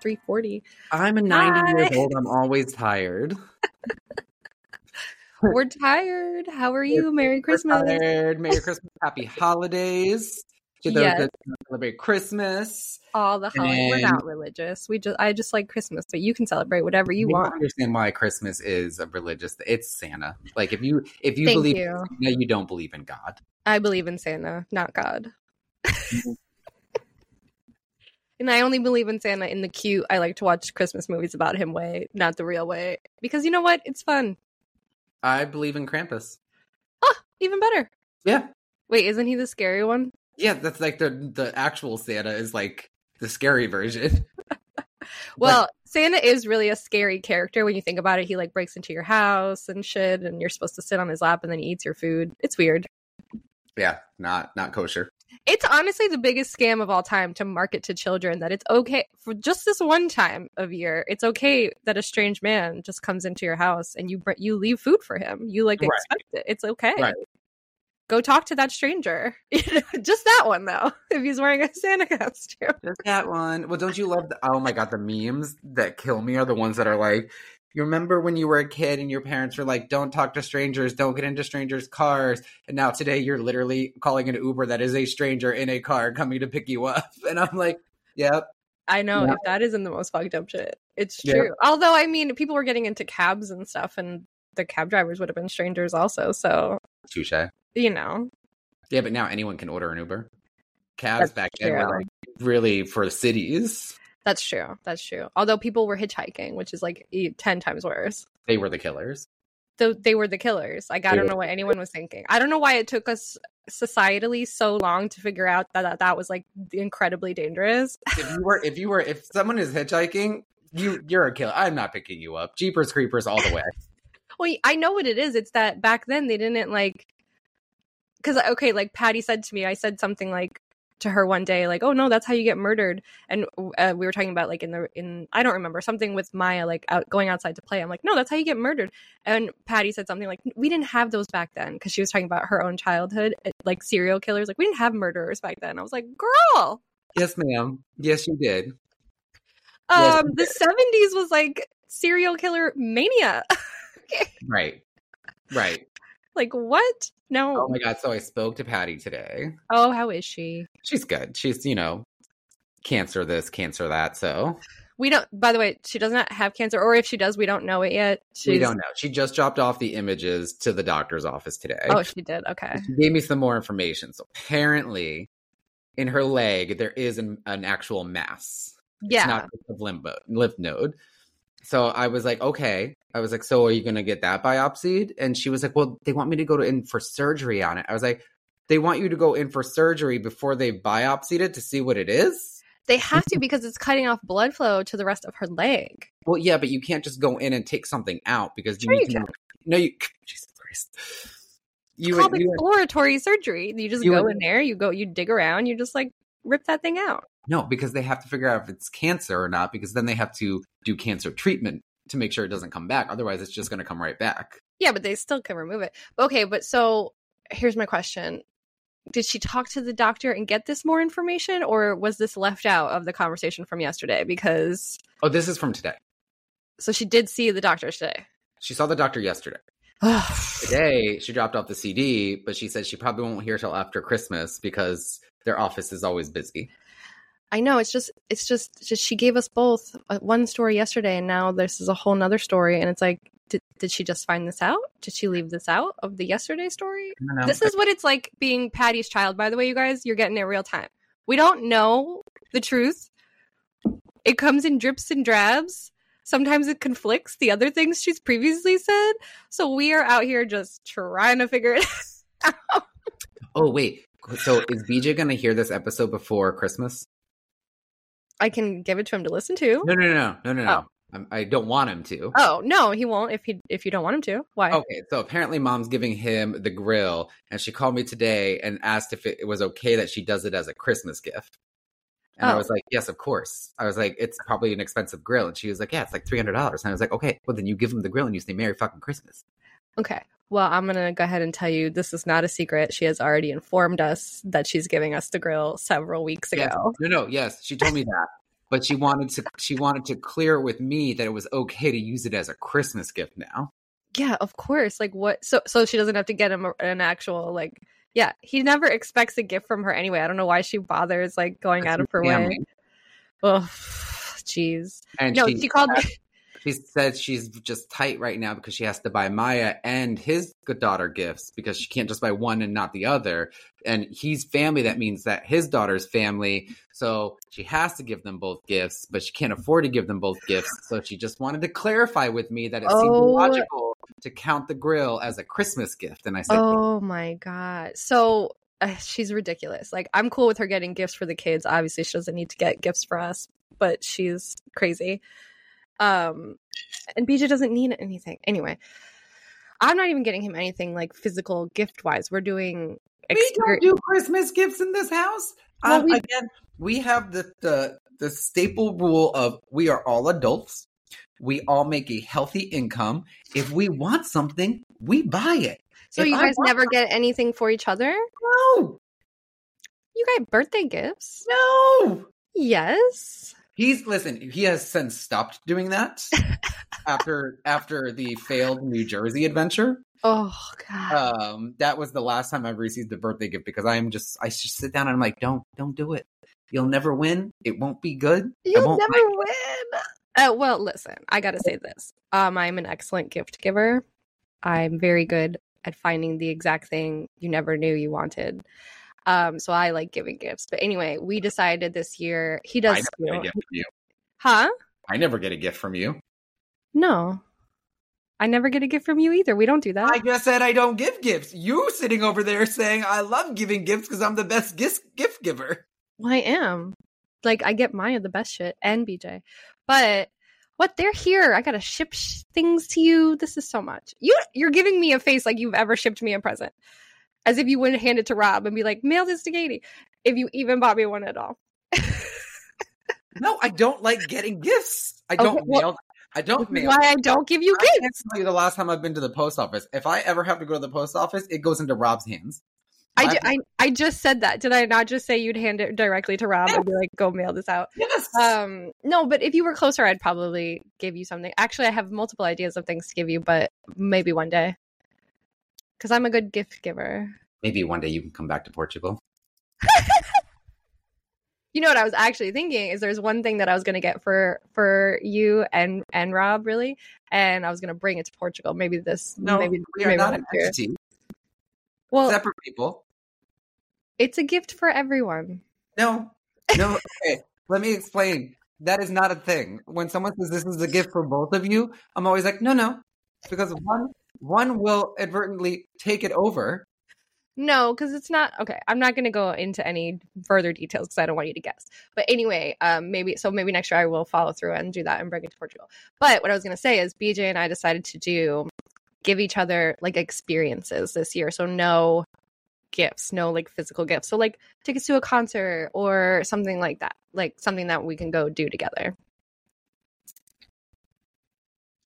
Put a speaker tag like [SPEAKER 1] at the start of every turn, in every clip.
[SPEAKER 1] 340.
[SPEAKER 2] I'm a 90
[SPEAKER 1] Hi.
[SPEAKER 2] years old. I'm always tired.
[SPEAKER 1] We're tired. How are you? Merry Christmas.
[SPEAKER 2] We're tired. Merry Christmas. Happy holidays. To those
[SPEAKER 1] Yes.
[SPEAKER 2] that don't celebrate Christmas.
[SPEAKER 1] All the holidays. We're
[SPEAKER 2] And-
[SPEAKER 1] not religious. We just I just like Christmas, but you can celebrate whatever you
[SPEAKER 2] I don't
[SPEAKER 1] want.
[SPEAKER 2] understand why Christmas is a religious it's Santa. Like if you if you
[SPEAKER 1] Thank
[SPEAKER 2] believe
[SPEAKER 1] you.
[SPEAKER 2] in Santa, you don't believe in God.
[SPEAKER 1] I believe in Santa, not God.
[SPEAKER 2] Mm-hmm.
[SPEAKER 1] and I only believe in Santa in the cute I like to watch Christmas movies about him way, not the real way. Because you know what? It's fun.
[SPEAKER 2] I believe in Krampus.
[SPEAKER 1] Even better.
[SPEAKER 2] Yeah.
[SPEAKER 1] Wait, isn't he the scary one?
[SPEAKER 2] Yeah, that's like the the actual Santa is like the scary version.
[SPEAKER 1] Well, Santa is really a scary character when you think about it. He like breaks into your house and shit, and you're supposed to sit on his lap and then he eats your food. It's weird.
[SPEAKER 2] Yeah, not not kosher.
[SPEAKER 1] It's honestly the biggest scam of all time to market to children that it's okay for just this one time of year. It's okay that a strange man just comes into your house and you br- you leave food for him. You like
[SPEAKER 2] Right.
[SPEAKER 1] expect it. It's okay.
[SPEAKER 2] Right.
[SPEAKER 1] Go talk to that stranger. just that one though, if he's wearing a Santa costume.
[SPEAKER 2] Just that one. Well, don't you love the oh my god, the memes that kill me are the ones that are like, you remember when you were a kid and your parents were like, don't talk to strangers, don't get into strangers' cars. And now today you're literally calling an Uber that is a stranger in a car coming to pick you up. And I'm like, yep.
[SPEAKER 1] I know
[SPEAKER 2] Yeah.
[SPEAKER 1] if that isn't the most fucked up shit. It's
[SPEAKER 2] Yeah.
[SPEAKER 1] true. Although I mean, people were getting into cabs and stuff, and the cab drivers would have been strangers also. So
[SPEAKER 2] Touche.
[SPEAKER 1] you know,
[SPEAKER 2] Yeah, but now anyone can order an Uber. Cabs
[SPEAKER 1] That's
[SPEAKER 2] back then were
[SPEAKER 1] true.
[SPEAKER 2] like really for cities.
[SPEAKER 1] that's true. That's true. Although people were hitchhiking, which is like e- ten times worse.
[SPEAKER 2] They were the killers.
[SPEAKER 1] Though they were the killers. Like I
[SPEAKER 2] They
[SPEAKER 1] don't
[SPEAKER 2] were-
[SPEAKER 1] know what anyone was thinking. I don't know why it took us societally so long to figure out that that, that was like incredibly dangerous.
[SPEAKER 2] If you were if you were if someone is hitchhiking, you you're a killer. I'm not picking you up. Jeepers creepers all the way.
[SPEAKER 1] Well, I know what it is. It's that back then they didn't like because okay, like Patty said to me, I said something like to her one day, like, "Oh no, that's how you get murdered." And uh, we were talking about like in the in I don't remember something with Maya like out going outside to play. I'm like, "No, that's how you get murdered." And Patty said something like, "We didn't have those back then," because she was talking about her own childhood, uh, like serial killers. Like we didn't have murderers back then. I was like, "Girl,
[SPEAKER 2] Yes, ma'am. Yes, you did. Yes,
[SPEAKER 1] um, the '70s was like serial killer mania.
[SPEAKER 2] Right. Right.
[SPEAKER 1] like what? No.
[SPEAKER 2] Oh my god. So I spoke to Patty today.
[SPEAKER 1] oh, how is she?
[SPEAKER 2] She's good. She's, you know, cancer this, cancer that. So
[SPEAKER 1] We don't. By the way, she does not have cancer, or if she does, we don't know it yet. She's,
[SPEAKER 2] we don't know. She just dropped off the images to the doctor's office today.
[SPEAKER 1] Oh, she did. Okay.
[SPEAKER 2] She gave me some more information. So apparently in her leg there is an, an actual mass.
[SPEAKER 1] Yeah.
[SPEAKER 2] It's not just a limbo, lymph node. So I was like, okay. I was like, so are you going to get that biopsied? And she was like, well, they want me to go to in for surgery on it. I was like, they want you to go in for surgery before they biopsied it to see what it is?
[SPEAKER 1] they have to because it's cutting off blood flow to the rest of her leg.
[SPEAKER 2] Well, yeah, but you can't just go in and take something out because you
[SPEAKER 1] Sure
[SPEAKER 2] need
[SPEAKER 1] you
[SPEAKER 2] to know. No, you. Jesus Christ. You
[SPEAKER 1] Called
[SPEAKER 2] would, you would-
[SPEAKER 1] exploratory surgery. You just
[SPEAKER 2] You
[SPEAKER 1] go
[SPEAKER 2] would-
[SPEAKER 1] in there. You go. You dig around. You just like rip that thing out.
[SPEAKER 2] no, because they have to figure out if it's cancer or not, because then they have to do cancer treatment to make sure it doesn't come back. Otherwise, it's just going to come right back.
[SPEAKER 1] Yeah, but they still can remove it. Okay, but so here's my question. Did she talk to the doctor and get this more information, or was this left out of the conversation from yesterday? Because
[SPEAKER 2] Oh, this is from today.
[SPEAKER 1] so she did see the doctor today.
[SPEAKER 2] She saw the doctor yesterday. Today, she dropped off the CD, but she said she probably won't hear till after Christmas because their office is always busy.
[SPEAKER 1] I know it's just it's just, just she gave us both uh, one story yesterday and now this is a whole nother story and it's like did, did she just find this out? Did she leave this out of the yesterday story?
[SPEAKER 2] I don't know.
[SPEAKER 1] This is what it's like being Patty's child by the way you guys, you're getting it real time. We don't know the truth. It comes in drips and drabs. Sometimes it conflicts the other things she's previously said. So we are out here just trying to figure it out.
[SPEAKER 2] oh, wait. So is BJ going to hear this episode before Christmas?
[SPEAKER 1] I can give it to him to listen to.
[SPEAKER 2] No, no, no, no, no, no. I'm- I don't want him to.
[SPEAKER 1] Oh no, he won't if he if you don't want him to. Why?
[SPEAKER 2] Okay, so apparently mom's giving him the grill, and she called me today and asked if it, it was okay that she does it as a Christmas gift. And I
[SPEAKER 1] Oh.
[SPEAKER 2] was like, yes, of course. I was like, it's probably an expensive grill. And she was like, yeah, it's like $300. And I was like, okay, well, then you give him the grill and you say Merry fucking Christmas.
[SPEAKER 1] Okay. Well, I'm gonna go ahead and tell you this is not a secret. She has already informed us that she's giving us the grill several weeks
[SPEAKER 2] Yes.
[SPEAKER 1] ago.
[SPEAKER 2] No, no, yes, she told me that. but she wanted to she wanted to clear with me that it was okay to use it as a Christmas gift now.
[SPEAKER 1] yeah, of course. Like what? So so she doesn't have to get him a, an actual like. Yeah, he never expects a gift from her anyway. I don't know why she bothers like going out of her way.
[SPEAKER 2] Family.
[SPEAKER 1] Oh, jeez.
[SPEAKER 2] And
[SPEAKER 1] No,
[SPEAKER 2] she,
[SPEAKER 1] she called.
[SPEAKER 2] she said she's just tight right now because she has to buy Maya and his daughter gifts because she can't just buy one and not the other. And he's family, that means that his daughter's family. So she has to give them both gifts, but she can't afford to give them both gifts. So she just wanted to clarify with me that it seemed
[SPEAKER 1] Oh.
[SPEAKER 2] logical to count the grill as a Christmas gift. And I said,
[SPEAKER 1] Oh my god. So uh, she's ridiculous. Like I'm cool with her getting gifts for the kids. Obviously, she doesn't need to get gifts for us, but she's crazy. Um and BJ doesn't need anything. Anyway, I'm not even getting him anything like physical gift-wise. We're doing
[SPEAKER 2] We
[SPEAKER 1] exper-
[SPEAKER 2] don't do Christmas gifts in this house.
[SPEAKER 1] Well,
[SPEAKER 2] Um,
[SPEAKER 1] we-
[SPEAKER 2] again, we have the, the the staple rule of we are all adults. We all make a healthy income. If we want something, we buy it.
[SPEAKER 1] So
[SPEAKER 2] If
[SPEAKER 1] you
[SPEAKER 2] I
[SPEAKER 1] guys
[SPEAKER 2] want-
[SPEAKER 1] never get anything for each other?
[SPEAKER 2] No,
[SPEAKER 1] You got birthday gifts?
[SPEAKER 2] no.
[SPEAKER 1] Yes.
[SPEAKER 2] He's listen. He has since stopped doing that after after the failed New Jersey adventure.
[SPEAKER 1] Oh god.
[SPEAKER 2] Um, that was the last time I received a birthday gift because I am just I just sit down and I'm like, don't don't do it. You'll never win. It won't be good. I
[SPEAKER 1] You'll
[SPEAKER 2] won't
[SPEAKER 1] never win. Uh, well, listen, I got to say this. Um, I'm an excellent gift giver. I'm very good at finding the exact thing you never knew you wanted. Um, so I like giving gifts. But anyway, we decided this year he
[SPEAKER 2] I
[SPEAKER 1] does,
[SPEAKER 2] never
[SPEAKER 1] you
[SPEAKER 2] get a
[SPEAKER 1] know-
[SPEAKER 2] gift from you.
[SPEAKER 1] huh?
[SPEAKER 2] I never get a gift from you.
[SPEAKER 1] No, I never get a gift from you either. We don't do that.
[SPEAKER 2] I just said I don't give gifts. You sitting over there saying I love giving gifts because I'm the best gift gift giver.
[SPEAKER 1] Well, I am. Like I get Maya the best shit and BJ. But what they're here. I gotta ship sh- things to you. This is so much. You you're giving me a face like you've ever shipped me a present. As if you wouldn't hand it to Rob and be like, mail this to Katie. If you even bought me one at all.
[SPEAKER 2] No, I don't like getting gifts. I
[SPEAKER 1] Okay,
[SPEAKER 2] don't
[SPEAKER 1] well,
[SPEAKER 2] mail. I don't
[SPEAKER 1] This is
[SPEAKER 2] mail.
[SPEAKER 1] why I don't give you
[SPEAKER 2] I
[SPEAKER 1] gifts.
[SPEAKER 2] Tell you the last time I've been to the post office. If I ever have to go to the post office, it goes into Rob's hands.
[SPEAKER 1] I,
[SPEAKER 2] I-
[SPEAKER 1] ju- I I just said that. Did I not just say you'd hand it directly to Rob and be like, go mail this out?
[SPEAKER 2] Yes.
[SPEAKER 1] Um, no, but if you were closer, I'd probably give you something. Actually, I have multiple ideas of things to give you, but maybe one day. Because I'm a good gift giver.
[SPEAKER 2] Maybe one day you can come back to Portugal.
[SPEAKER 1] You know what I was actually thinking is there's one thing that I was gonna get for for you and and Rob really, and I was gonna bring it to Portugal. Maybe this
[SPEAKER 2] No,
[SPEAKER 1] maybe
[SPEAKER 2] we are
[SPEAKER 1] maybe
[SPEAKER 2] not an
[SPEAKER 1] next year.
[SPEAKER 2] entity.
[SPEAKER 1] Well,
[SPEAKER 2] Separate people.
[SPEAKER 1] it's a gift for everyone.
[SPEAKER 2] No, no. Okay, let me explain. That is not a thing. When someone says this is a gift for both of you, I'm always like, no, no, because one one will advertently take it over.
[SPEAKER 1] No, because it's not okay. I'm not going to go into any further details because I don't want you to guess. But anyway, um, maybe so maybe next year I will follow through and do that and bring it to Portugal. But what I was going to say is BJ and I decided to do give each other like experiences this year. So no gifts, no like physical gifts. So like tickets to a concert or something like that, like something that we can go do together.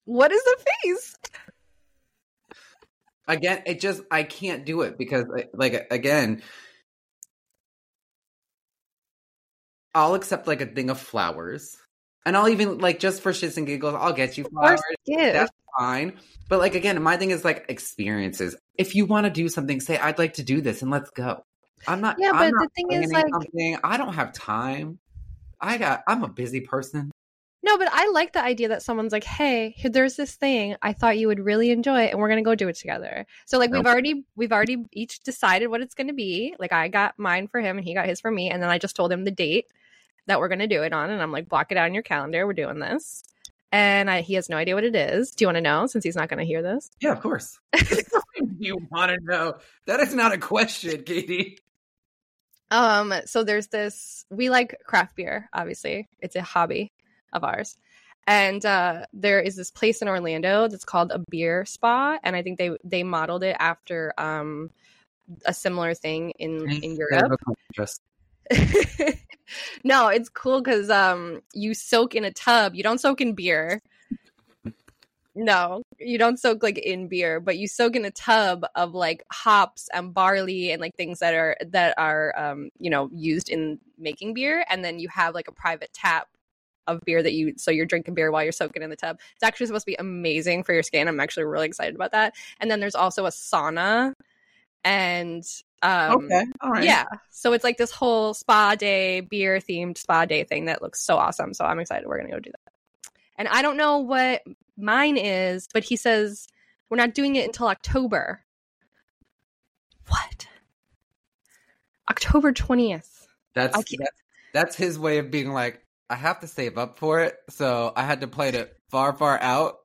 [SPEAKER 1] What is the face?
[SPEAKER 2] Again, it just I can't do it because uh, like again, I'll accept like a thing of flowers, and I'll even like just for shits and giggles, I'll get you flowers.
[SPEAKER 1] First gift.
[SPEAKER 2] that's fine. But like again, my thing is like experiences. If you want to do something, say I'd like to do this and let's go. I'm not.
[SPEAKER 1] Yeah,
[SPEAKER 2] I'm
[SPEAKER 1] but
[SPEAKER 2] not
[SPEAKER 1] the thing is
[SPEAKER 2] planning
[SPEAKER 1] like
[SPEAKER 2] something. I don't have time. I got. I'm a busy person.
[SPEAKER 1] No, but I like the idea that someone's like, "Hey, here- there's this thing I thought you would really enjoy, and we're gonna go do it together." So, like, we've
[SPEAKER 2] Nope.
[SPEAKER 1] already we've already each decided what it's gonna be. Like, I got mine for him, and he got his for me, and then I just told him the date that we're gonna do it on, and I'm like, "Block it out in your calendar. We're doing this." And I, he has no idea what it is. Do you want to know? Since he's not gonna hear this,
[SPEAKER 2] Yeah, of course. you want to know? That is not a question, Katie.
[SPEAKER 1] Um, so there's this we like craft beer, obviously. It's a hobby of ours. And uh there is this place in Orlando that's called a beer spa, and I think they they modeled it after um a similar thing in in Europe.
[SPEAKER 2] Just
[SPEAKER 1] no, it's cool because um you soak in a tub. You don't soak in beer. No, you don't soak like in beer, but you soak in a tub of like hops and barley and like things that are that are um you know used in making beer, and then you have like a private tap of beer that you so you're drinking beer while you're soaking in the tub. It's actually supposed to be amazing for your skin. I'm actually really excited about that. And then there's also a sauna and um
[SPEAKER 2] okay. All right.
[SPEAKER 1] yeah. So it's like this whole spa day, beer themed spa day thing that looks so awesome. So I'm excited. We're going to go do that. And I don't know what mine is, but he says we're not doing it until October. What? October 20th.
[SPEAKER 2] That's,
[SPEAKER 1] I can't-
[SPEAKER 2] that's that's his way of being like, I have to save up for it, so I had to plan it far, far out.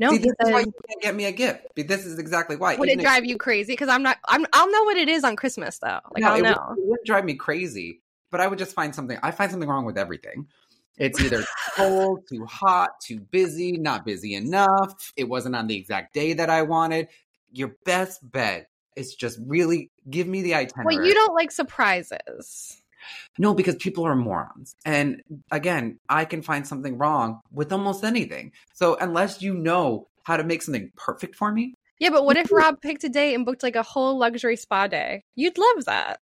[SPEAKER 1] No,
[SPEAKER 2] See,
[SPEAKER 1] he
[SPEAKER 2] this is why
[SPEAKER 1] says-
[SPEAKER 2] you can't get me a gift. Be- This is exactly why.
[SPEAKER 1] would
[SPEAKER 2] Even
[SPEAKER 1] it
[SPEAKER 2] if-
[SPEAKER 1] drive you crazy? Because I'm not. I'm. I'll know what it is on Christmas though. Like
[SPEAKER 2] no,
[SPEAKER 1] I'll
[SPEAKER 2] it would-
[SPEAKER 1] know.
[SPEAKER 2] it wouldn't drive me crazy, but I would just find something. I find something wrong with everything. It's either too cold, too hot, too busy, not busy enough. It wasn't on the exact day that I wanted. Your best bet is just really give me the itinerary.
[SPEAKER 1] Well, you don't like surprises.
[SPEAKER 2] No, because people are morons. And again, I can find something wrong with almost anything. So unless you know how to make something perfect for me,
[SPEAKER 1] Yeah, but what if Rob picked a date and booked like a whole luxury spa day? You'd love that.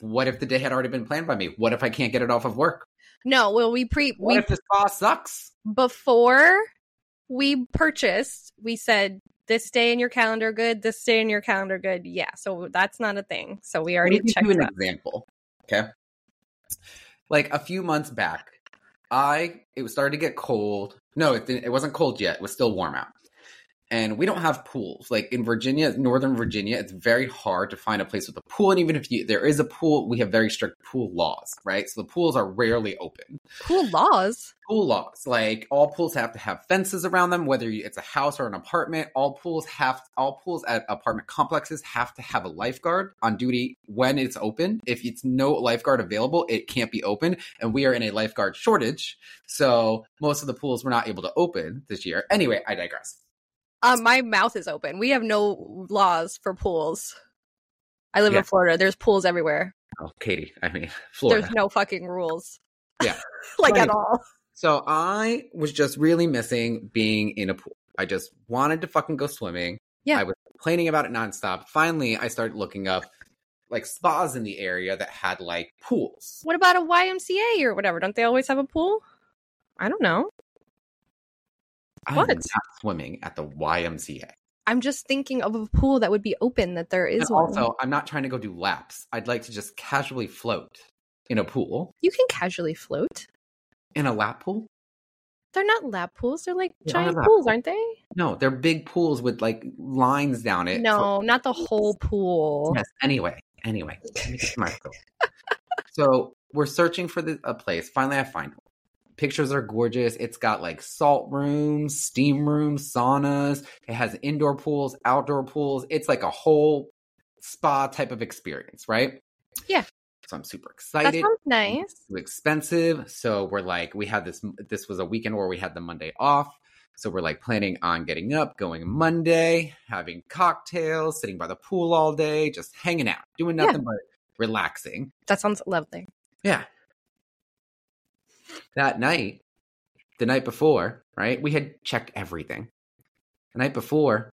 [SPEAKER 2] what if the day had already been planned by me? What if I can't get it off of work?
[SPEAKER 1] No, well, we pre
[SPEAKER 2] What
[SPEAKER 1] we
[SPEAKER 2] if the spa sucks?
[SPEAKER 1] before we purchased, we said this day in your calendar good, this day in your calendar good. Yeah, so that's not a thing. So we already
[SPEAKER 2] Let me give
[SPEAKER 1] checked
[SPEAKER 2] you an
[SPEAKER 1] that.
[SPEAKER 2] example. Okay. Like a few months back, I it was starting to get cold. No, it didn't, it wasn't cold yet. It was still warm out. And we don't have pools. Like in Virginia, northern Virginia, it's very hard to find a place with a pool. And even if you, there is a pool, we have very strict pool laws, right? So the pools are rarely open.
[SPEAKER 1] Cool laws.
[SPEAKER 2] Pool laws, like all pools have to have fences around them, whether you, it's a house or an apartment. All pools have, all pools at apartment complexes have to have a lifeguard on duty when it's open. If it's no lifeguard available, it can't be open. And we are in a lifeguard shortage. So most of the pools were not able to open this year. Anyway, I digress.
[SPEAKER 1] Uh, my mouth is open. We have no laws for pools. I live
[SPEAKER 2] Yeah.
[SPEAKER 1] in Florida. There's pools everywhere.
[SPEAKER 2] Oh, Katie, I mean, Florida.
[SPEAKER 1] There's no fucking rules.
[SPEAKER 2] Yeah.
[SPEAKER 1] like
[SPEAKER 2] Right.
[SPEAKER 1] at all.
[SPEAKER 2] So I was just really missing being in a pool. I just wanted to fucking go swimming.
[SPEAKER 1] Yeah.
[SPEAKER 2] I was complaining about it nonstop. Finally, I started looking up like spas in the area that had like pools.
[SPEAKER 1] What about a YMCA or whatever? Don't they always have a pool? I don't know.
[SPEAKER 2] I'm
[SPEAKER 1] What?
[SPEAKER 2] not swimming at the YMCA.
[SPEAKER 1] I'm just thinking of a pool that would be open that there is
[SPEAKER 2] and
[SPEAKER 1] one.
[SPEAKER 2] also, I'm not trying to go do laps. I'd like to just casually float in a pool,
[SPEAKER 1] you can casually float.
[SPEAKER 2] in a lap pool.
[SPEAKER 1] They're not lap pools. They're like
[SPEAKER 2] They are
[SPEAKER 1] giant
[SPEAKER 2] lap
[SPEAKER 1] pools, aren't they?
[SPEAKER 2] No, they're big pools with like lines down it.
[SPEAKER 1] no, not the whole pool.
[SPEAKER 2] Yes. Anyway, anyway, let me get to my story. so we're searching for the, a place. Finally, I find one. Pictures are gorgeous. It's got like salt rooms, steam rooms, saunas. It has indoor pools, outdoor pools. It's like a whole spa type of experience, right?
[SPEAKER 1] Yeah.
[SPEAKER 2] So I'm super
[SPEAKER 1] That
[SPEAKER 2] excited.
[SPEAKER 1] sounds nice.
[SPEAKER 2] It was expensive. So we're like, we had this, this was a weekend where we had the Monday off. So we're like planning on getting up, going Monday, having cocktails, sitting by the pool all day, just hanging out, doing
[SPEAKER 1] Yeah.
[SPEAKER 2] nothing but relaxing.
[SPEAKER 1] That sounds lovely.
[SPEAKER 2] Yeah. That night, the night before, right? We had checked everything. The night before,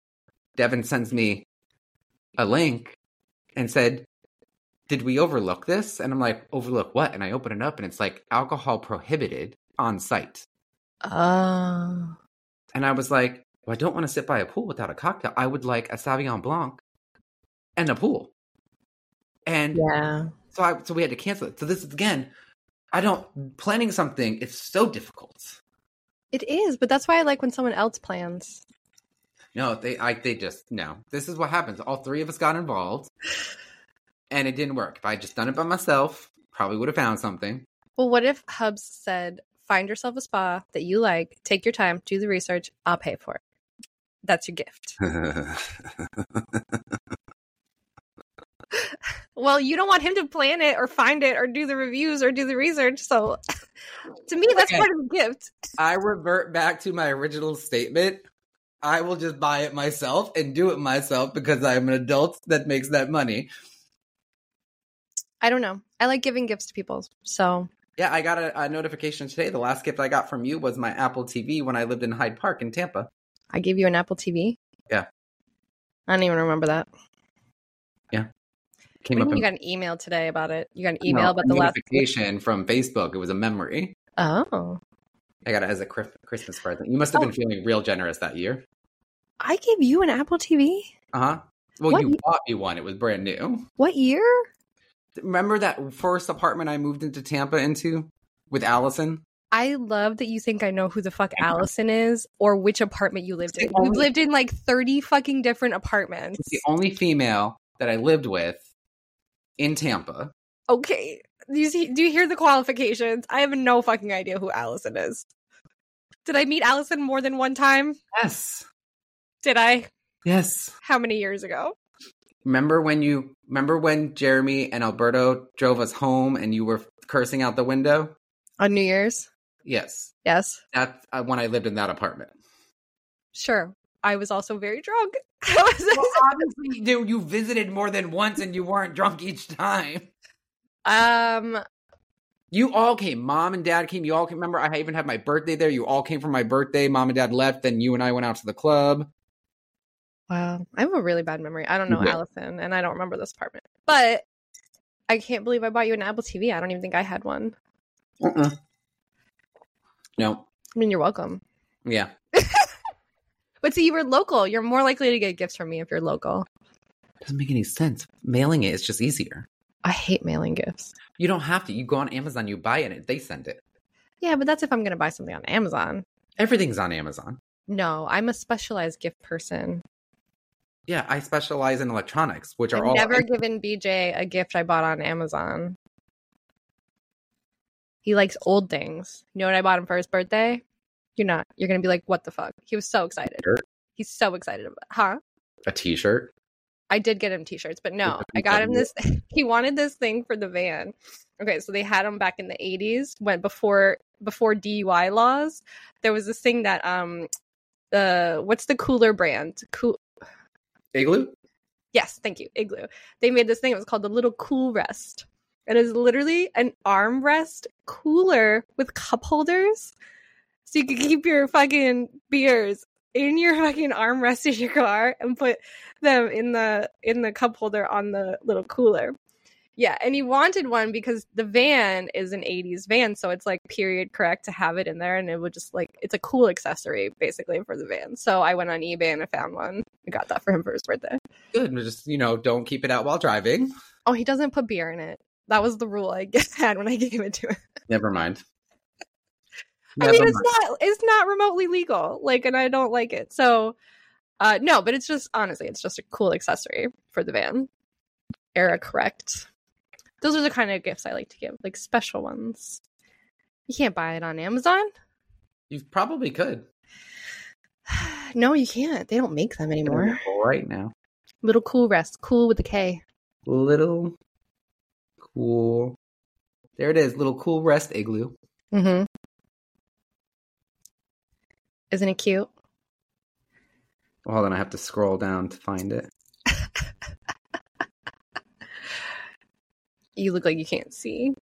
[SPEAKER 2] Devin sends me a link and said, Did we overlook this? And I'm like, Overlook what? And I open it up and it's like alcohol prohibited on site.
[SPEAKER 1] Oh.
[SPEAKER 2] And I was like, Well, I don't want to sit by a pool without a cocktail. I would like a Sauvignon Blanc and a pool. And
[SPEAKER 1] Yeah.
[SPEAKER 2] so I so we had to cancel it. So this is again, I don't planning something is so difficult.
[SPEAKER 1] It is, but that's why I like when someone else plans.
[SPEAKER 2] No, they I they just no. This is what happens. All three of us got involved and it didn't work. If I had just done it by myself, probably would have found something.
[SPEAKER 1] Well, what if Hubs said, find yourself a spa that you like, take your time, do the research, I'll pay for it. That's your gift. Well, you don't want him to plan it or find it or do the reviews or do the research. So to me, that's
[SPEAKER 2] Okay.
[SPEAKER 1] part of the gift.
[SPEAKER 2] I revert back to my original statement. I will just buy it myself and do it myself because I'm an adult that makes that money.
[SPEAKER 1] I don't know. I like giving gifts to people. So
[SPEAKER 2] Yeah, I got a, a notification today. The last gift I got from you was my Apple TV when I lived in Hyde Park in Tampa.
[SPEAKER 1] I gave you an Apple TV.
[SPEAKER 2] Yeah.
[SPEAKER 1] I don't even remember that.
[SPEAKER 2] Came
[SPEAKER 1] When
[SPEAKER 2] up
[SPEAKER 1] you
[SPEAKER 2] in
[SPEAKER 1] got an email today about it. You got an email
[SPEAKER 2] No,
[SPEAKER 1] about
[SPEAKER 2] a
[SPEAKER 1] the last.
[SPEAKER 2] notification from Facebook. It was a memory.
[SPEAKER 1] Oh,
[SPEAKER 2] I got it as a Christ- Christmas present. You must have been feeling real generous that year.
[SPEAKER 1] I gave you an Apple TV.
[SPEAKER 2] Uh huh. Well,
[SPEAKER 1] What
[SPEAKER 2] you
[SPEAKER 1] ye-
[SPEAKER 2] bought me one. It was brand new.
[SPEAKER 1] What year?
[SPEAKER 2] Remember that first apartment I moved into Tampa into with Allison?
[SPEAKER 1] I love that you think I know who the fuck Allison is or which apartment you lived in. You've lived in like 30 fucking different apartments.
[SPEAKER 2] It's the only female that I lived with in Tampa.
[SPEAKER 1] Okay. Do you, see, do you hear the qualifications? I have no fucking idea who Allison is. Did I meet Allison more than one time?
[SPEAKER 2] Yes.
[SPEAKER 1] Did I?
[SPEAKER 2] Yes.
[SPEAKER 1] How many years ago?
[SPEAKER 2] Remember when you remember when Jeremy and Alberto drove us home and you were cursing out the window?
[SPEAKER 1] On New Year's?
[SPEAKER 2] Yes.
[SPEAKER 1] Yes.
[SPEAKER 2] That's uh, when I lived in that apartment.
[SPEAKER 1] Sure. I was also very drunk. I was-
[SPEAKER 2] Well, obviously, dude, you visited more than once and you weren't drunk each time.
[SPEAKER 1] um,
[SPEAKER 2] You all came. Mom and dad came. You all came. Remember, I even had my birthday there. You all came for my birthday. Mom and dad left. Then you and I went out to the club.
[SPEAKER 1] wow. I have a really bad memory. I don't know
[SPEAKER 2] Yeah.
[SPEAKER 1] Allison and I don't remember this apartment. But I can't believe I bought you an Apple TV. I don't even think I had one.
[SPEAKER 2] Uh-uh. No.
[SPEAKER 1] I mean, you're welcome.
[SPEAKER 2] Yeah.
[SPEAKER 1] But see, you were local. You're more likely to get gifts from me if you're local.
[SPEAKER 2] Doesn't make any sense. Mailing it is just easier.
[SPEAKER 1] I hate mailing gifts.
[SPEAKER 2] You don't have to. You go on Amazon, you buy it, and they send it.
[SPEAKER 1] Yeah, but that's if I'm going to buy something on Amazon.
[SPEAKER 2] Everything's on Amazon.
[SPEAKER 1] No, I'm a specialized gift person.
[SPEAKER 2] Yeah, I specialize in electronics, which are
[SPEAKER 1] I've
[SPEAKER 2] all.
[SPEAKER 1] never given BJ a gift I bought on Amazon. He likes old things. You know what I bought him for his birthday? You're not. You're going to be like, what the fuck? He was so excited.
[SPEAKER 2] Shirt?
[SPEAKER 1] He's so excited about Huh?
[SPEAKER 2] a T-shirt.
[SPEAKER 1] I did get him t-shirts, but no,
[SPEAKER 2] What
[SPEAKER 1] I
[SPEAKER 2] did you
[SPEAKER 1] got
[SPEAKER 2] get
[SPEAKER 1] him
[SPEAKER 2] him?
[SPEAKER 1] this. He wanted this thing for the van. Okay, so they had them back in the '80s, went before before DUI laws. There was this thing that um, the what's the cooler brand? Cool.
[SPEAKER 2] Igloo.
[SPEAKER 1] Yes, thank you, Igloo. They made this thing. It was called the Little Cool Rest. It is literally an armrest cooler with cup holders, so you can keep your fucking beers in your fucking armrest in your car and put them in the in the cup holder on the little cooler. Yeah, and he wanted one because the van is an 80s van, so it's like period correct to have it in there and it would just like it's a cool accessory basically for the van. So I went on eBay and I found one. I got that for him for his birthday.
[SPEAKER 2] Good. Just you know, don't keep it out while driving.
[SPEAKER 1] Oh, he doesn't put beer in it. That was the rule I had when I gave it to him.
[SPEAKER 2] Never mind.
[SPEAKER 1] I
[SPEAKER 2] Never
[SPEAKER 1] mean, it's
[SPEAKER 2] mind.
[SPEAKER 1] not it's not remotely legal. Like, and I don't like it. So, uh, no, but it's just honestly, it's just a cool accessory for the van. Era correct. Those are the kind of gifts I like to give, like special ones. You can't buy it on Amazon.
[SPEAKER 2] You probably could
[SPEAKER 1] no, you can't. They don't make them anymore.
[SPEAKER 2] right now.
[SPEAKER 1] Little cool rest, cool with a K.
[SPEAKER 2] Little cool. There it is. Little cool rest igloo.
[SPEAKER 1] Mm-hmm. Isn't it cute?
[SPEAKER 2] Well, hold on, I have to scroll down to find it.
[SPEAKER 1] You look like you can't see.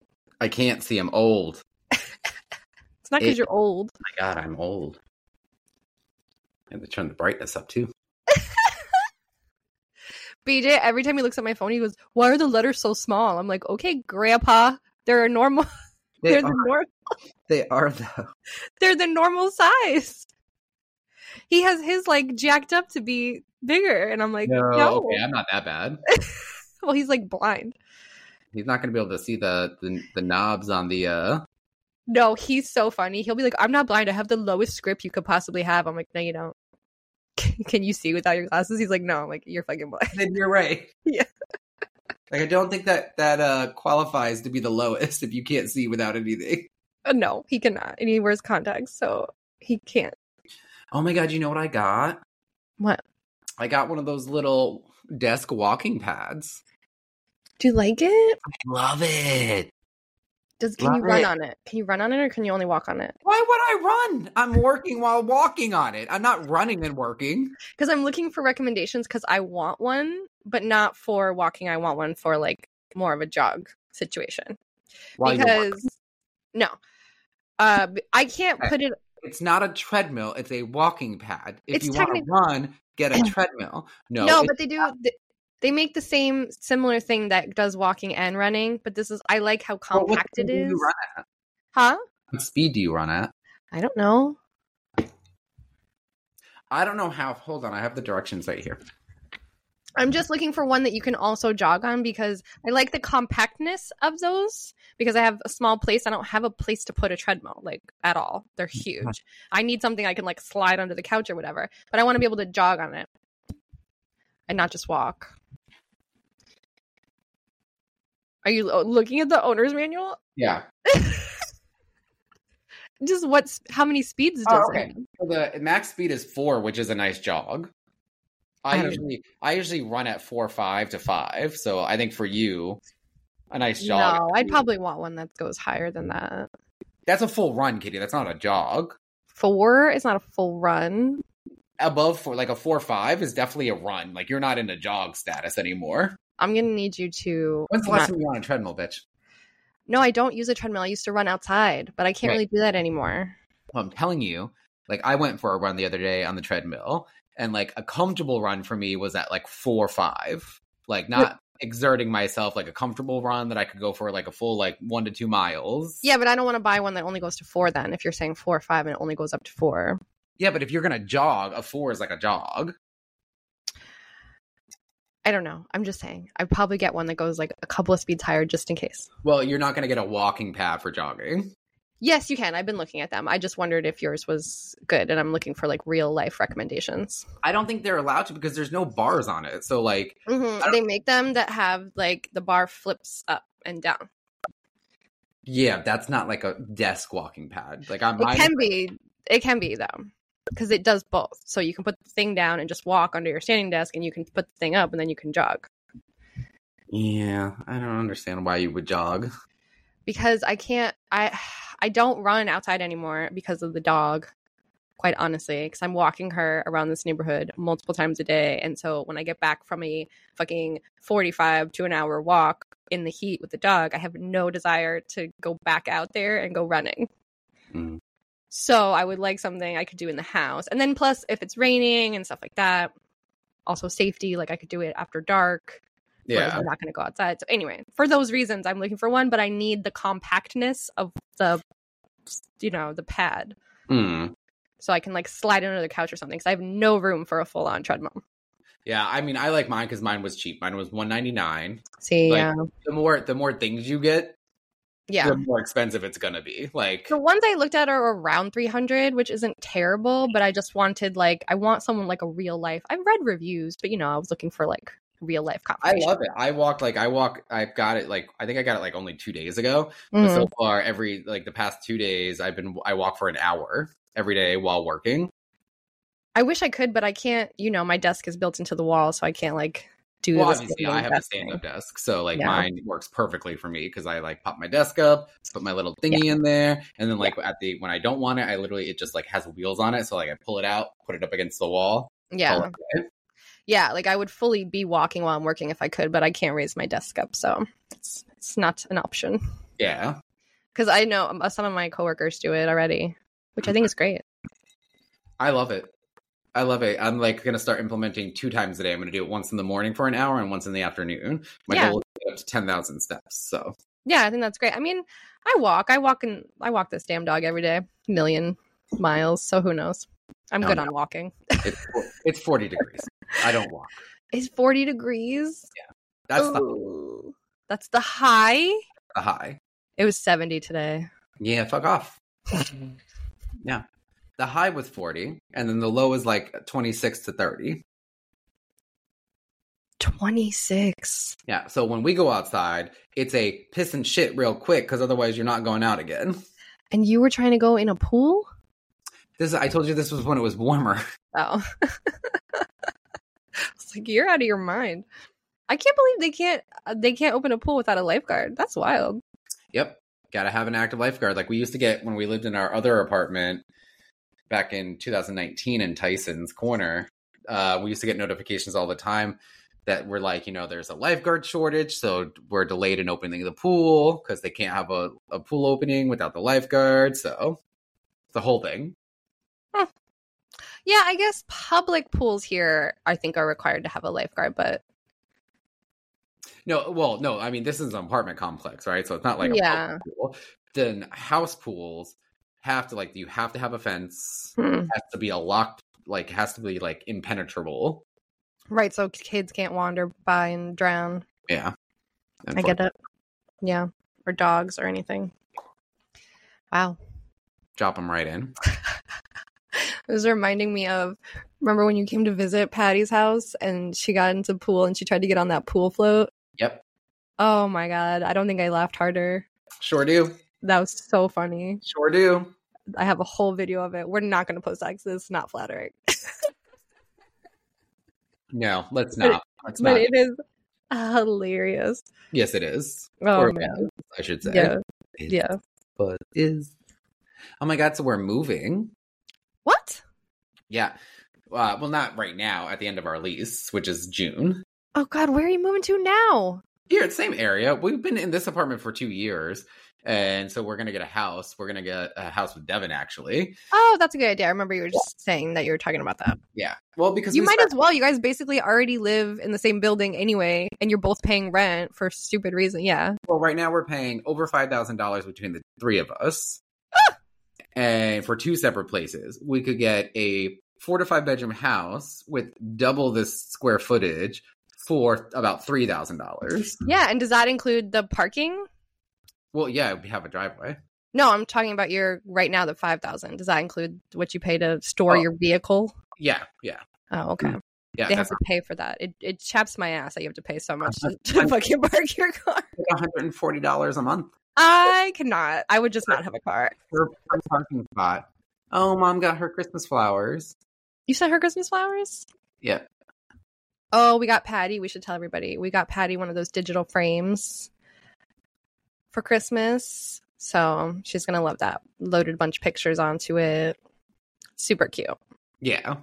[SPEAKER 2] I can't see. I'm old.
[SPEAKER 1] It's not because
[SPEAKER 2] It-
[SPEAKER 1] you're old.
[SPEAKER 2] My God, I'm old. And they turn the brightness up too.
[SPEAKER 1] BJ, every time he looks at my phone, he goes, Why are the letters so small? I'm like, Okay, grandpa, they're a normal
[SPEAKER 2] They
[SPEAKER 1] they're
[SPEAKER 2] are,
[SPEAKER 1] the nor-
[SPEAKER 2] they are though.
[SPEAKER 1] they're the normal size. He has his like jacked up to be bigger. And I'm like, No.
[SPEAKER 2] okay, I'm not that bad.
[SPEAKER 1] Well, he's like blind.
[SPEAKER 2] He's not going to be able to see the, the the knobs on the. uh
[SPEAKER 1] No, he's so funny. He'll be like, I'm not blind. I have the lowest script you could possibly have. I'm like, No, you don't. Can you see without your glasses? He's like, No, I'm like, You're fucking blind.
[SPEAKER 2] Then you're right.
[SPEAKER 1] Yeah.
[SPEAKER 2] Like I don't think that that uh qualifies to be the lowest if you can't see without anything.
[SPEAKER 1] Uh, No, he cannot. And he wears contacts, so he can't.
[SPEAKER 2] Oh my god, you know what I got?
[SPEAKER 1] What?
[SPEAKER 2] I got one of those little desk walking pads.
[SPEAKER 1] Do you like it?
[SPEAKER 2] I love it.
[SPEAKER 1] Does can you
[SPEAKER 2] Love
[SPEAKER 1] run
[SPEAKER 2] it.
[SPEAKER 1] on it? Can you run on it or can you only walk on it?
[SPEAKER 2] Why would I run? I'm working while walking on it. I'm not running and working.
[SPEAKER 1] because I'm looking for recommendations because I want one, but not for walking. I want one for like more of a jog situation
[SPEAKER 2] While you walk.
[SPEAKER 1] because no, uh, b- I can't put it.
[SPEAKER 2] it's not a treadmill, it's a walking pad. If
[SPEAKER 1] It's
[SPEAKER 2] you want to
[SPEAKER 1] technic-
[SPEAKER 2] run, get a treadmill.
[SPEAKER 1] No,
[SPEAKER 2] No, it's-
[SPEAKER 1] but they do. th- They make the same similar thing that does walking and running, but this is I like how
[SPEAKER 2] Well, what
[SPEAKER 1] compact it
[SPEAKER 2] speed do you
[SPEAKER 1] is.
[SPEAKER 2] run
[SPEAKER 1] Huh?
[SPEAKER 2] at? What speed do you run at?
[SPEAKER 1] I don't know.
[SPEAKER 2] I don't know how. Hold on, I have the directions right here.
[SPEAKER 1] I'm just looking for one that you can also jog on because I like the compactness of those because I have a small place. I don't have a place to put a treadmill like at all. They're
[SPEAKER 2] Mm-hmm.
[SPEAKER 1] huge. I need something I can like slide under the couch or whatever, but I want to be able to jog on it and not just walk. Are you lo- looking at the owner's manual?
[SPEAKER 2] Yeah.
[SPEAKER 1] Just what's how many speeds
[SPEAKER 2] Oh,
[SPEAKER 1] does
[SPEAKER 2] okay.
[SPEAKER 1] it?
[SPEAKER 2] So the max speed is four, which is a nice jog.
[SPEAKER 1] I
[SPEAKER 2] I
[SPEAKER 1] don't-
[SPEAKER 2] usually I usually run at four five to five. So I think for you, a nice jog.
[SPEAKER 1] No, I'd probably want one that goes higher than that.
[SPEAKER 2] That's a full run, Kitty. That's not a jog.
[SPEAKER 1] Four is not a full run.
[SPEAKER 2] Above four, like a four five, is definitely a run. Like you're not in a jog status anymore.
[SPEAKER 1] I'm gonna need you to.
[SPEAKER 2] When's the last time you were on a treadmill, bitch?
[SPEAKER 1] No, I don't use a treadmill. I used to run outside, but I can't
[SPEAKER 2] Right.
[SPEAKER 1] really do that anymore.
[SPEAKER 2] Well, I'm telling you, like I went for a run the other day on the treadmill, and like a comfortable run for me was at like four or five, like not exerting myself, like a comfortable run that I could go for like a full like one to two miles.
[SPEAKER 1] Yeah, but I don't want to buy one that only goes to four. Then, if you're saying four or five and it only goes up to four,
[SPEAKER 2] yeah, but if you're gonna jog, a four is like a jog.
[SPEAKER 1] I don't know. I'm just saying, I'd probably get one that goes like a couple of speeds higher just in case.
[SPEAKER 2] Well, you're not gonna get a walking pad for jogging.
[SPEAKER 1] Yes, you can. I've been looking at them. I just wondered if yours was good, and I'm looking for like real life recommendations.
[SPEAKER 2] I don't think they're allowed to because there's no bars on it. So like, don't-
[SPEAKER 1] Mm-hmm. They make them that have like the bar flips up and down.
[SPEAKER 2] yeah, that's not like a desk walking pad. Like I'm.
[SPEAKER 1] It can be. It can be though. Because it does both. So you can put the thing down and just walk under your standing desk, and you can put the thing up and then you can jog.
[SPEAKER 2] Yeah, I don't understand why you would jog.
[SPEAKER 1] because I can't I I don't run outside anymore because of the dog quite honestly because I'm walking her around this neighborhood multiple times a day and so when I get back from a fucking 45 to an hour walk in the heat with the dog I have no desire to go back out there and go running
[SPEAKER 2] Mm.
[SPEAKER 1] so I would like something I could do in the house and then plus if it's raining and stuff like that also safety like I could do it after dark Whereas
[SPEAKER 2] Yeah,
[SPEAKER 1] I'm not going to go outside. So anyway, for those reasons, I'm looking for one, but I need the compactness of the, you know, the pad,
[SPEAKER 2] Mm.
[SPEAKER 1] so I can like slide under the couch or something. Because I have no room for a full on treadmill.
[SPEAKER 2] Yeah, I mean, I like mine because mine was cheap. Mine was one ninety nine.
[SPEAKER 1] See,
[SPEAKER 2] Like-
[SPEAKER 1] yeah,
[SPEAKER 2] The more the more things you get,
[SPEAKER 1] yeah.
[SPEAKER 2] the more expensive it's gonna be. Like,
[SPEAKER 1] The ones I looked at are around 300, which isn't terrible, but I just wanted like I want someone like a real life. I read reviews, but you know, I was looking for like real life
[SPEAKER 2] I
[SPEAKER 1] confirmation.
[SPEAKER 2] love it. I walk like I walk. I got it. Like, I think I got it like only two days ago.
[SPEAKER 1] Mhm.
[SPEAKER 2] But so far, every like the past two days, I've been I walk for an hour every day while working.
[SPEAKER 1] I wish I could, but I can't. You know, my desk is built into the wall, so I can't like do
[SPEAKER 2] Well,
[SPEAKER 1] this.
[SPEAKER 2] obviously,
[SPEAKER 1] really
[SPEAKER 2] I have a
[SPEAKER 1] fast
[SPEAKER 2] stand
[SPEAKER 1] thing.
[SPEAKER 2] up desk, so like
[SPEAKER 1] Yeah.
[SPEAKER 2] mine works perfectly for me because I like pop my desk up, put my little thingy in there, and then like at the when I don't want it, I literally it just like has wheels on it, so like I pull it out, put it up against the wall.
[SPEAKER 1] Yeah.
[SPEAKER 2] call it a day.
[SPEAKER 1] yeah, like I would fully be walking while I'm working if I could, but I can't raise my desk up, so it's it's not an option.
[SPEAKER 2] yeah.
[SPEAKER 1] Because I know um, some of my coworkers do it already, which I think is great.
[SPEAKER 2] I love it. I love it. I'm like gonna start implementing two times a day. I'm gonna do it once in the morning for an hour and once in the afternoon. My
[SPEAKER 1] Yeah.
[SPEAKER 2] goal is to get up to ten thousand steps. So
[SPEAKER 1] Yeah, I think that's great. I mean, I walk, I walk, and I walk this damn dog every day, million miles. So who knows? I'm
[SPEAKER 2] No,
[SPEAKER 1] good
[SPEAKER 2] no.
[SPEAKER 1] on walking.
[SPEAKER 2] it's it's forty degrees. I don't walk.
[SPEAKER 1] It's 40 degrees.
[SPEAKER 2] That's the,
[SPEAKER 1] Ooh. that's the high.
[SPEAKER 2] the high.
[SPEAKER 1] It was 70 today.
[SPEAKER 2] Yeah, fuck off. yeah, the high was forty, and then the low is like twenty six to thirty.
[SPEAKER 1] 26.
[SPEAKER 2] Yeah. So when we go outside, it's a piss and shit real quick because otherwise you're not going out again.
[SPEAKER 1] And you were trying to go in a pool?
[SPEAKER 2] This I told you this was when it was warmer.
[SPEAKER 1] Oh. it's like you're out of your mind. I can't believe they can't uh, they can't open a pool without a lifeguard. That's wild.
[SPEAKER 2] Yep. Got to have an active lifeguard. Like we used to get when we lived in our other apartment back in 2019 in Tyson's Corner. Uh, we used to get notifications all the time that were like, you know, there's a lifeguard shortage. So we're delayed in opening the pool because they can't have a, a pool opening without the lifeguard. So it's the whole thing.
[SPEAKER 1] Yeah, I guess public pools here I think are required to have a lifeguard, but
[SPEAKER 2] No, well, no, I mean, this is an apartment complex, right? So it's not like a
[SPEAKER 1] Yeah.
[SPEAKER 2] public pool. Then house pools have to like you have to have a fence.
[SPEAKER 1] Hmm.
[SPEAKER 2] It has to be a locked like has to be like impenetrable.
[SPEAKER 1] Right, so kids can't wander by and drown.
[SPEAKER 2] Yeah.
[SPEAKER 1] I get it. Yeah, or dogs or anything. Wow.
[SPEAKER 2] Drop them right in.
[SPEAKER 1] It was reminding me of remember when you came to visit Patty's house and she got into the pool and she tried to get on that pool float?
[SPEAKER 2] Yep.
[SPEAKER 1] Oh my god, I don't think I laughed harder.
[SPEAKER 2] Sure do.
[SPEAKER 1] That was so funny.
[SPEAKER 2] Sure do.
[SPEAKER 1] I have a whole video of it. We're not going to post that 'cause it's not flattering.
[SPEAKER 2] No, let's
[SPEAKER 1] But-
[SPEAKER 2] not. Let's
[SPEAKER 1] but
[SPEAKER 2] not.
[SPEAKER 1] it is hilarious.
[SPEAKER 2] yes, it is.
[SPEAKER 1] Oh
[SPEAKER 2] Or
[SPEAKER 1] man.
[SPEAKER 2] I should say.
[SPEAKER 1] Yeah.
[SPEAKER 2] It
[SPEAKER 1] Yeah.
[SPEAKER 2] But is. Oh my God. So we're moving.
[SPEAKER 1] What?
[SPEAKER 2] Yeah. Uh, well, not right now. At the end of our lease, which is June.
[SPEAKER 1] Oh god, where are you moving to now?
[SPEAKER 2] Here, it's same area. We've been in this apartment for two years, and so we're gonna get a house. We're gonna get a house with Devin, actually.
[SPEAKER 1] Oh, that's a good idea. I remember you were just saying that you were talking about that.
[SPEAKER 2] Yeah. Well, because
[SPEAKER 1] You
[SPEAKER 2] we
[SPEAKER 1] might
[SPEAKER 2] start-
[SPEAKER 1] as well. You guys basically already live in the same building anyway, and you're both paying rent for stupid reason. Yeah.
[SPEAKER 2] well, right now we're paying over five thousand dollars between the three of us, and for two separate places, we could get a four to five bedroom house with double this square footage for about three thousand dollars.
[SPEAKER 1] Yeah, and does that include the parking?
[SPEAKER 2] Well, yeah, we have a driveway.
[SPEAKER 1] No, I'm talking about your right now the 5000. Does that include what you pay to store
[SPEAKER 2] Oh.
[SPEAKER 1] your vehicle?
[SPEAKER 2] Yeah, yeah,
[SPEAKER 1] Oh, okay.
[SPEAKER 2] yeah.
[SPEAKER 1] they have
[SPEAKER 2] That's
[SPEAKER 1] to pay for that. It it chaps my ass that you have to pay so much to,
[SPEAKER 2] I'm-
[SPEAKER 1] to fucking park your car.
[SPEAKER 2] one hundred and forty dollars a month.
[SPEAKER 1] I cannot. I would just not have a car.
[SPEAKER 2] her her parking spot. Oh, mom got her Christmas flowers.
[SPEAKER 1] You sent her Christmas flowers?
[SPEAKER 2] Yeah.
[SPEAKER 1] Oh, we got Patty. We should tell everybody. We got Patty one of those digital frames for Christmas. So she's going to love that. Loaded a bunch of pictures onto it. Super cute.
[SPEAKER 2] Yeah.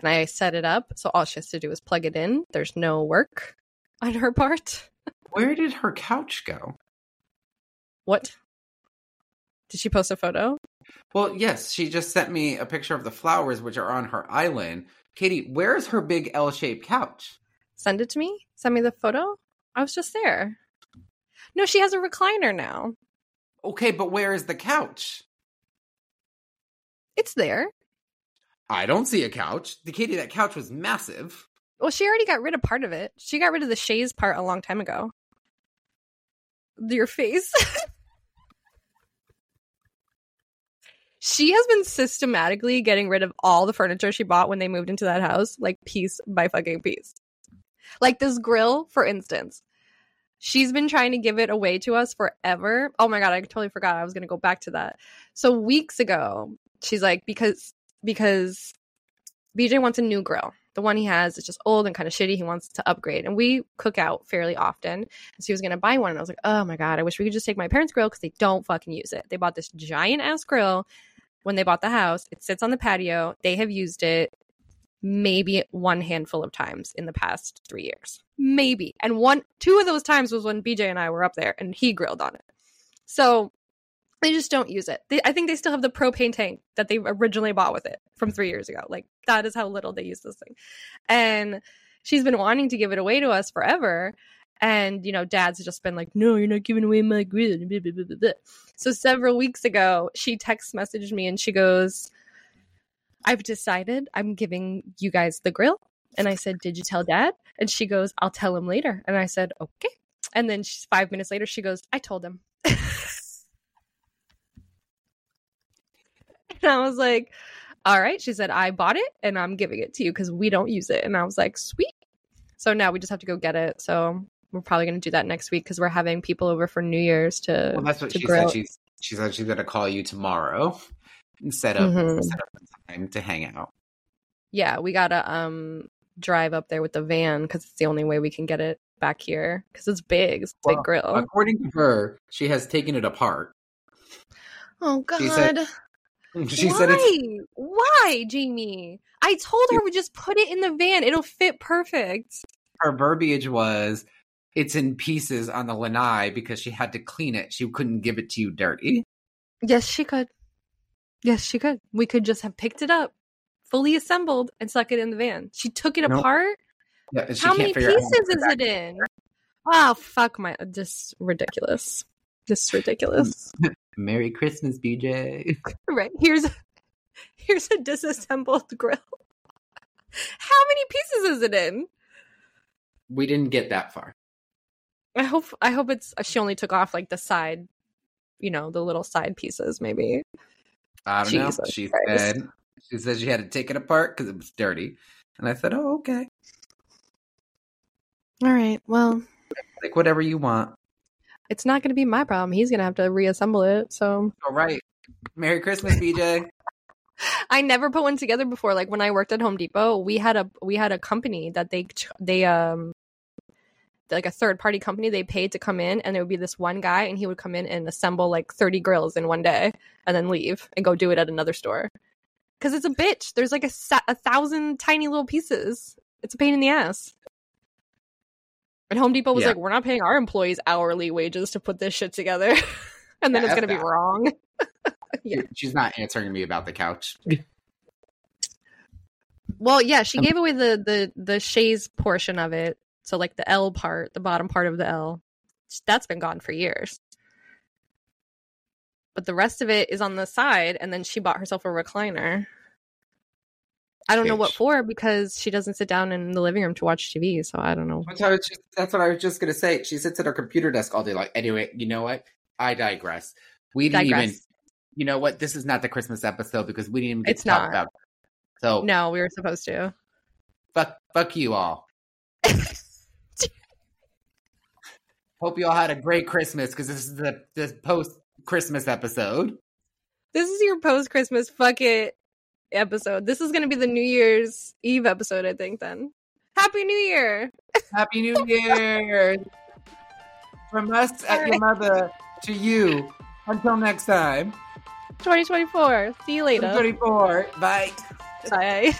[SPEAKER 1] And I set it up. So all she has to do is plug it in. There's no work on her part.
[SPEAKER 2] Where did her couch go?
[SPEAKER 1] What? Did she post a photo?
[SPEAKER 2] Well, yes, she just sent me a picture of the flowers which are on her island. Katie, where's her big L shaped couch?
[SPEAKER 1] Send it to me. Send me the photo. I was just there. No, she has a recliner now.
[SPEAKER 2] Okay, but where is the couch?
[SPEAKER 1] It's there.
[SPEAKER 2] I don't see a couch. The Katie, that couch was massive.
[SPEAKER 1] Well, she already got rid of part of it. She got rid of the chaise part a long time ago. Your face. she has been systematically getting rid of all the furniture she bought when they moved into that house, like piece by fucking piece. Like this grill, for instance. She's been trying to give it away to us forever. Oh my god, I totally forgot I was going to go back to that. So weeks ago, she's like because because BJ wants a new grill. The one he has is just old and kind of shitty. He wants to upgrade. And we cook out fairly often. And so he was going to buy one. And I was like, oh my God, I wish we could just take my parents' grill because they don't fucking use it. They bought this giant ass grill when they bought the house. It sits on the patio. They have used it maybe one handful of times in the past three years. Maybe. And one, two of those times was when BJ and I were up there and he grilled on it. So they just don't use it. They, I think they still have the propane tank that they originally bought with it from three years ago. Like that is how little they use this thing. And she's been wanting to give it away to us forever. And you know, dad's just been like, "No, you're not giving away my grill." blah, blah, blah, blah, blah." So several weeks ago, she text messaged me and she goes, "I've decided I'm giving you guys the grill." And I said, "Did you tell dad?" And she goes, "I'll tell him later." And I said, "Okay." And then she's five minutes later, she goes, "I told him." And I was like, all right. She said, I bought it and I'm giving it to you because we don't use it. And I was like, sweet. So now we just have to go get it. So we're probably going to do that next week because we're having people over for New Year's to.
[SPEAKER 2] Well, that's what
[SPEAKER 1] Uh, to
[SPEAKER 2] she
[SPEAKER 1] grill.
[SPEAKER 2] said. She's she said she's gonna call you tomorrow and set up,
[SPEAKER 1] Mhm.
[SPEAKER 2] set up a time to hang out.
[SPEAKER 1] yeah, we got to um drive up there with the van because it's the only way we can get it back here because it's big. It's a big
[SPEAKER 2] Well,
[SPEAKER 1] grill.
[SPEAKER 2] According to her, she has taken it apart.
[SPEAKER 1] oh, God.
[SPEAKER 2] she said- She
[SPEAKER 1] Why?
[SPEAKER 2] said it's
[SPEAKER 1] Why, Jamie? I told her we just put it in the van. It'll fit perfect.
[SPEAKER 2] her verbiage was it's in pieces on the lanai because she had to clean it. She couldn't give it to you dirty.
[SPEAKER 1] Yes, she could. Yes, she could. We could just have picked it up, fully assembled, and stuck it in the van. She took it
[SPEAKER 2] Nope.
[SPEAKER 1] apart.
[SPEAKER 2] Yeah, and she
[SPEAKER 1] How
[SPEAKER 2] can't
[SPEAKER 1] many
[SPEAKER 2] figure out
[SPEAKER 1] pieces
[SPEAKER 2] how to put
[SPEAKER 1] is it in? Oh fuck my just ridiculous. Just ridiculous.
[SPEAKER 2] Merry Christmas, BJ.
[SPEAKER 1] Right. Here's here's a disassembled grill. How many pieces is it in?
[SPEAKER 2] We didn't get that far.
[SPEAKER 1] I hope I hope it's uh, she only took off like the side, you know, the little side pieces maybe.
[SPEAKER 2] I don't know.
[SPEAKER 1] Jesus
[SPEAKER 2] She
[SPEAKER 1] Christ.
[SPEAKER 2] said she said she had to take it apart because it was dirty. And I said, Oh, okay.
[SPEAKER 1] All right. Well,
[SPEAKER 2] Like whatever you want.
[SPEAKER 1] it's not going to be my problem. He's going to have to reassemble it. So
[SPEAKER 2] All right. Merry Christmas, BJ.
[SPEAKER 1] I never put one together before. Like when I worked at Home Depot, we had a we had a company that they ch- they um like a third party company they paid to come in, and there would be this one guy, and he would come in and assemble like thirty grills in one day, and then leave and go do it at another store. Because it's a bitch. There's like a sa- a thousand tiny little pieces. It's a pain in the ass. And Home Depot was
[SPEAKER 2] Yeah.
[SPEAKER 1] like, "We're not paying our employees hourly wages to put this shit together." And then
[SPEAKER 2] Yeah,
[SPEAKER 1] it's gonna
[SPEAKER 2] F
[SPEAKER 1] be
[SPEAKER 2] that.
[SPEAKER 1] wrong. Yeah.
[SPEAKER 2] She's not answering me about the couch.
[SPEAKER 1] Well, yeah, she
[SPEAKER 2] Um,
[SPEAKER 1] gave away the the the Shays portion of it, so like the L part, the bottom part of the L, that's been gone for years. But the rest of it is on the side, and then she bought herself a recliner. I don't know what
[SPEAKER 2] Bitch.
[SPEAKER 1] for because she doesn't sit down in the living room to watch TV, so I don't know.
[SPEAKER 2] That's, how I was just, that's what I was just gonna say. She sits at her computer desk all day. Like, anyway, you know what? I digress. We didn't even.
[SPEAKER 1] Digress.
[SPEAKER 2] You know what? This is not the Christmas episode because we didn't even get
[SPEAKER 1] It's
[SPEAKER 2] to talk
[SPEAKER 1] not.
[SPEAKER 2] about. It. So
[SPEAKER 1] No, we were supposed to.
[SPEAKER 2] fuck, fuck you all. Hope you all had a great Christmas because this is the this post Christmas episode.
[SPEAKER 1] This is your post Christmas fuck it episode. This is going to be the New Year's Eve episode, I think. Then, Happy New Year!
[SPEAKER 2] Happy New Year from us at your mother to you. Until next time,
[SPEAKER 1] 2024. See you later.
[SPEAKER 2] 34. Bye.
[SPEAKER 1] Bye.